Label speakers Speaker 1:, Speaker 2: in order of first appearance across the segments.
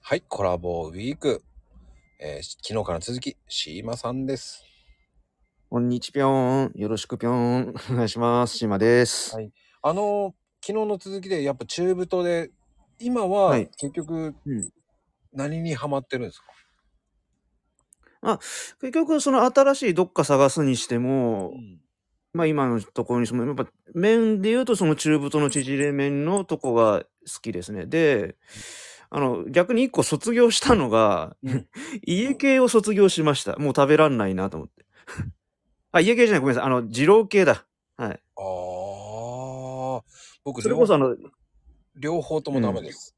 Speaker 1: はい、コラボウィーク。えーし昨日から続き、シーマさんです。
Speaker 2: こんにちぴょーん。よろしくぴょーん。お願いします。しまです。
Speaker 1: はいあのー昨日の続きで、やっぱ中太で、今は
Speaker 2: はい
Speaker 1: 結局
Speaker 2: うん、
Speaker 1: 何にハマってるんですか、
Speaker 2: 結局、その新しいどっか探すにしても、
Speaker 1: ん、
Speaker 2: まあ今のところにしても、やっぱ麺で言うとその中太の縮れ麺のとこが好きですね。で、あの、逆に一個卒業したのが
Speaker 1: うん、
Speaker 2: 家系を卒業しました。もう食べらんないなと思って。あ、家系じゃない、ごめんなさい。あの、二郎系だ。は
Speaker 1: あ
Speaker 2: い。
Speaker 1: あ、僕
Speaker 2: それ
Speaker 1: 両
Speaker 2: こそあの、
Speaker 1: 両方ともダメです。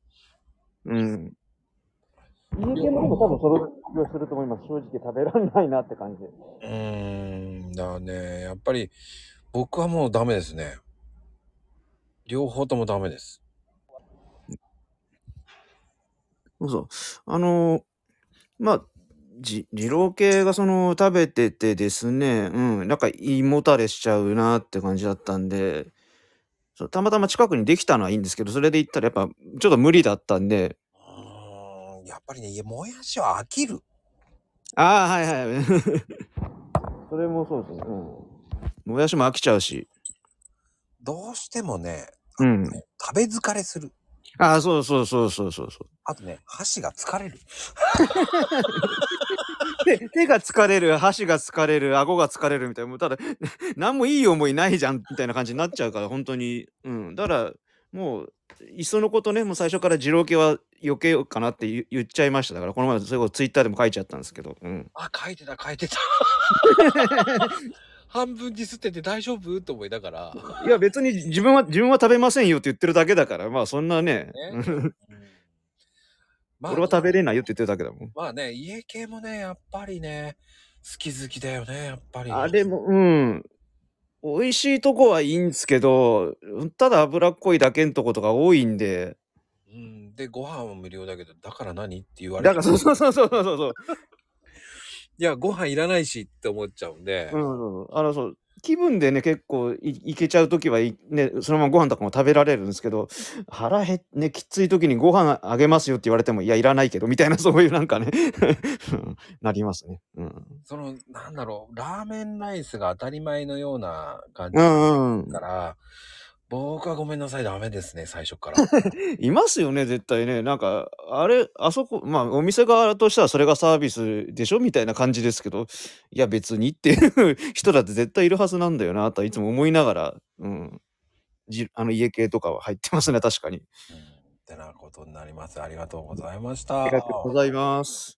Speaker 2: うん。家系の方も多分卒業すると思います。正直食べらんないなって感じ。
Speaker 1: うーん、だね。やっぱり僕はもうダメですね。両方ともダメです。
Speaker 2: そうそう。あのーまあ、じ、二郎系がその食べててですね、うん、なんか胃もたれしちゃうなって感じだったんで、そうたまたま近くにできたのはいいんですけど、それで行ったらやっぱちょっと無理だったんで、
Speaker 1: うーん、やっぱりね、いやもやしは飽きる。
Speaker 2: ああ、はい はい。それもそうですね。うん。もやしも飽きちゃうし。
Speaker 1: どうしてもね、
Speaker 2: うん。
Speaker 1: 食べ疲れする。
Speaker 2: ああ、そうそうそうそうそうそ
Speaker 1: あとね、箸が疲れる。
Speaker 2: う。で、手が疲れる、箸が疲れる、顎が疲れるみたいな、もうただ、 何もいい思いないじゃんみたいな感じになっちゃうから、本当に。うん。だから、もう、いっそのことね、もう最初から二郎系は避けようかなって言言っちゃいました。だから、この前、それこそツイッターでも書いちゃったんですけど。うん。
Speaker 1: あ、書いてた、書い てた。半分ディスってて大丈夫と思いながら。
Speaker 2: いや、別に自分は、自分は食べませんよって言ってるだけだから、まあ、そんな
Speaker 1: ね
Speaker 2: ね、うん
Speaker 1: まあ、
Speaker 2: 俺は食べれないよって言ってるだけだもん。
Speaker 1: まあね、家系もね、やっぱりね、好き好きだよね、やっぱり。
Speaker 2: あれも、うん。美味しいとこはいいんですけど、ただ脂っこいだけんとことか多いんで、
Speaker 1: うん。で、ご飯は無料だけど、だから何って言われ
Speaker 2: だか
Speaker 1: る。
Speaker 2: らそうそうそうそうそうそう。
Speaker 1: いや、ご飯いらないしって思っちゃうんで。
Speaker 2: うんうんうん、あのそう気分でね結構いいけちゃう時はい、ね、そのままご飯とかも食べられるんですけど腹減っねきつい時にご飯あげますよって言われてもいやいらないけどみたいなそういうなんかね うんなりますね。うん、
Speaker 1: その、なんだろう、ラーメンライスが当たり前のような感じ
Speaker 2: う
Speaker 1: だ
Speaker 2: んうん
Speaker 1: から、僕はごめんなさい、ダメですね、最初から。
Speaker 2: いますよね絶対ねなんかあれあそこまあお店側としてはそれがサービスでしょみたいな感じですけどいや別にっていう人だって絶対いるはずなんだよなとはいつも思いながら、うん、じあの家系とかは入ってますね確かに。
Speaker 1: うんってなことになります。ありがとうございました。
Speaker 2: ありがとうございます。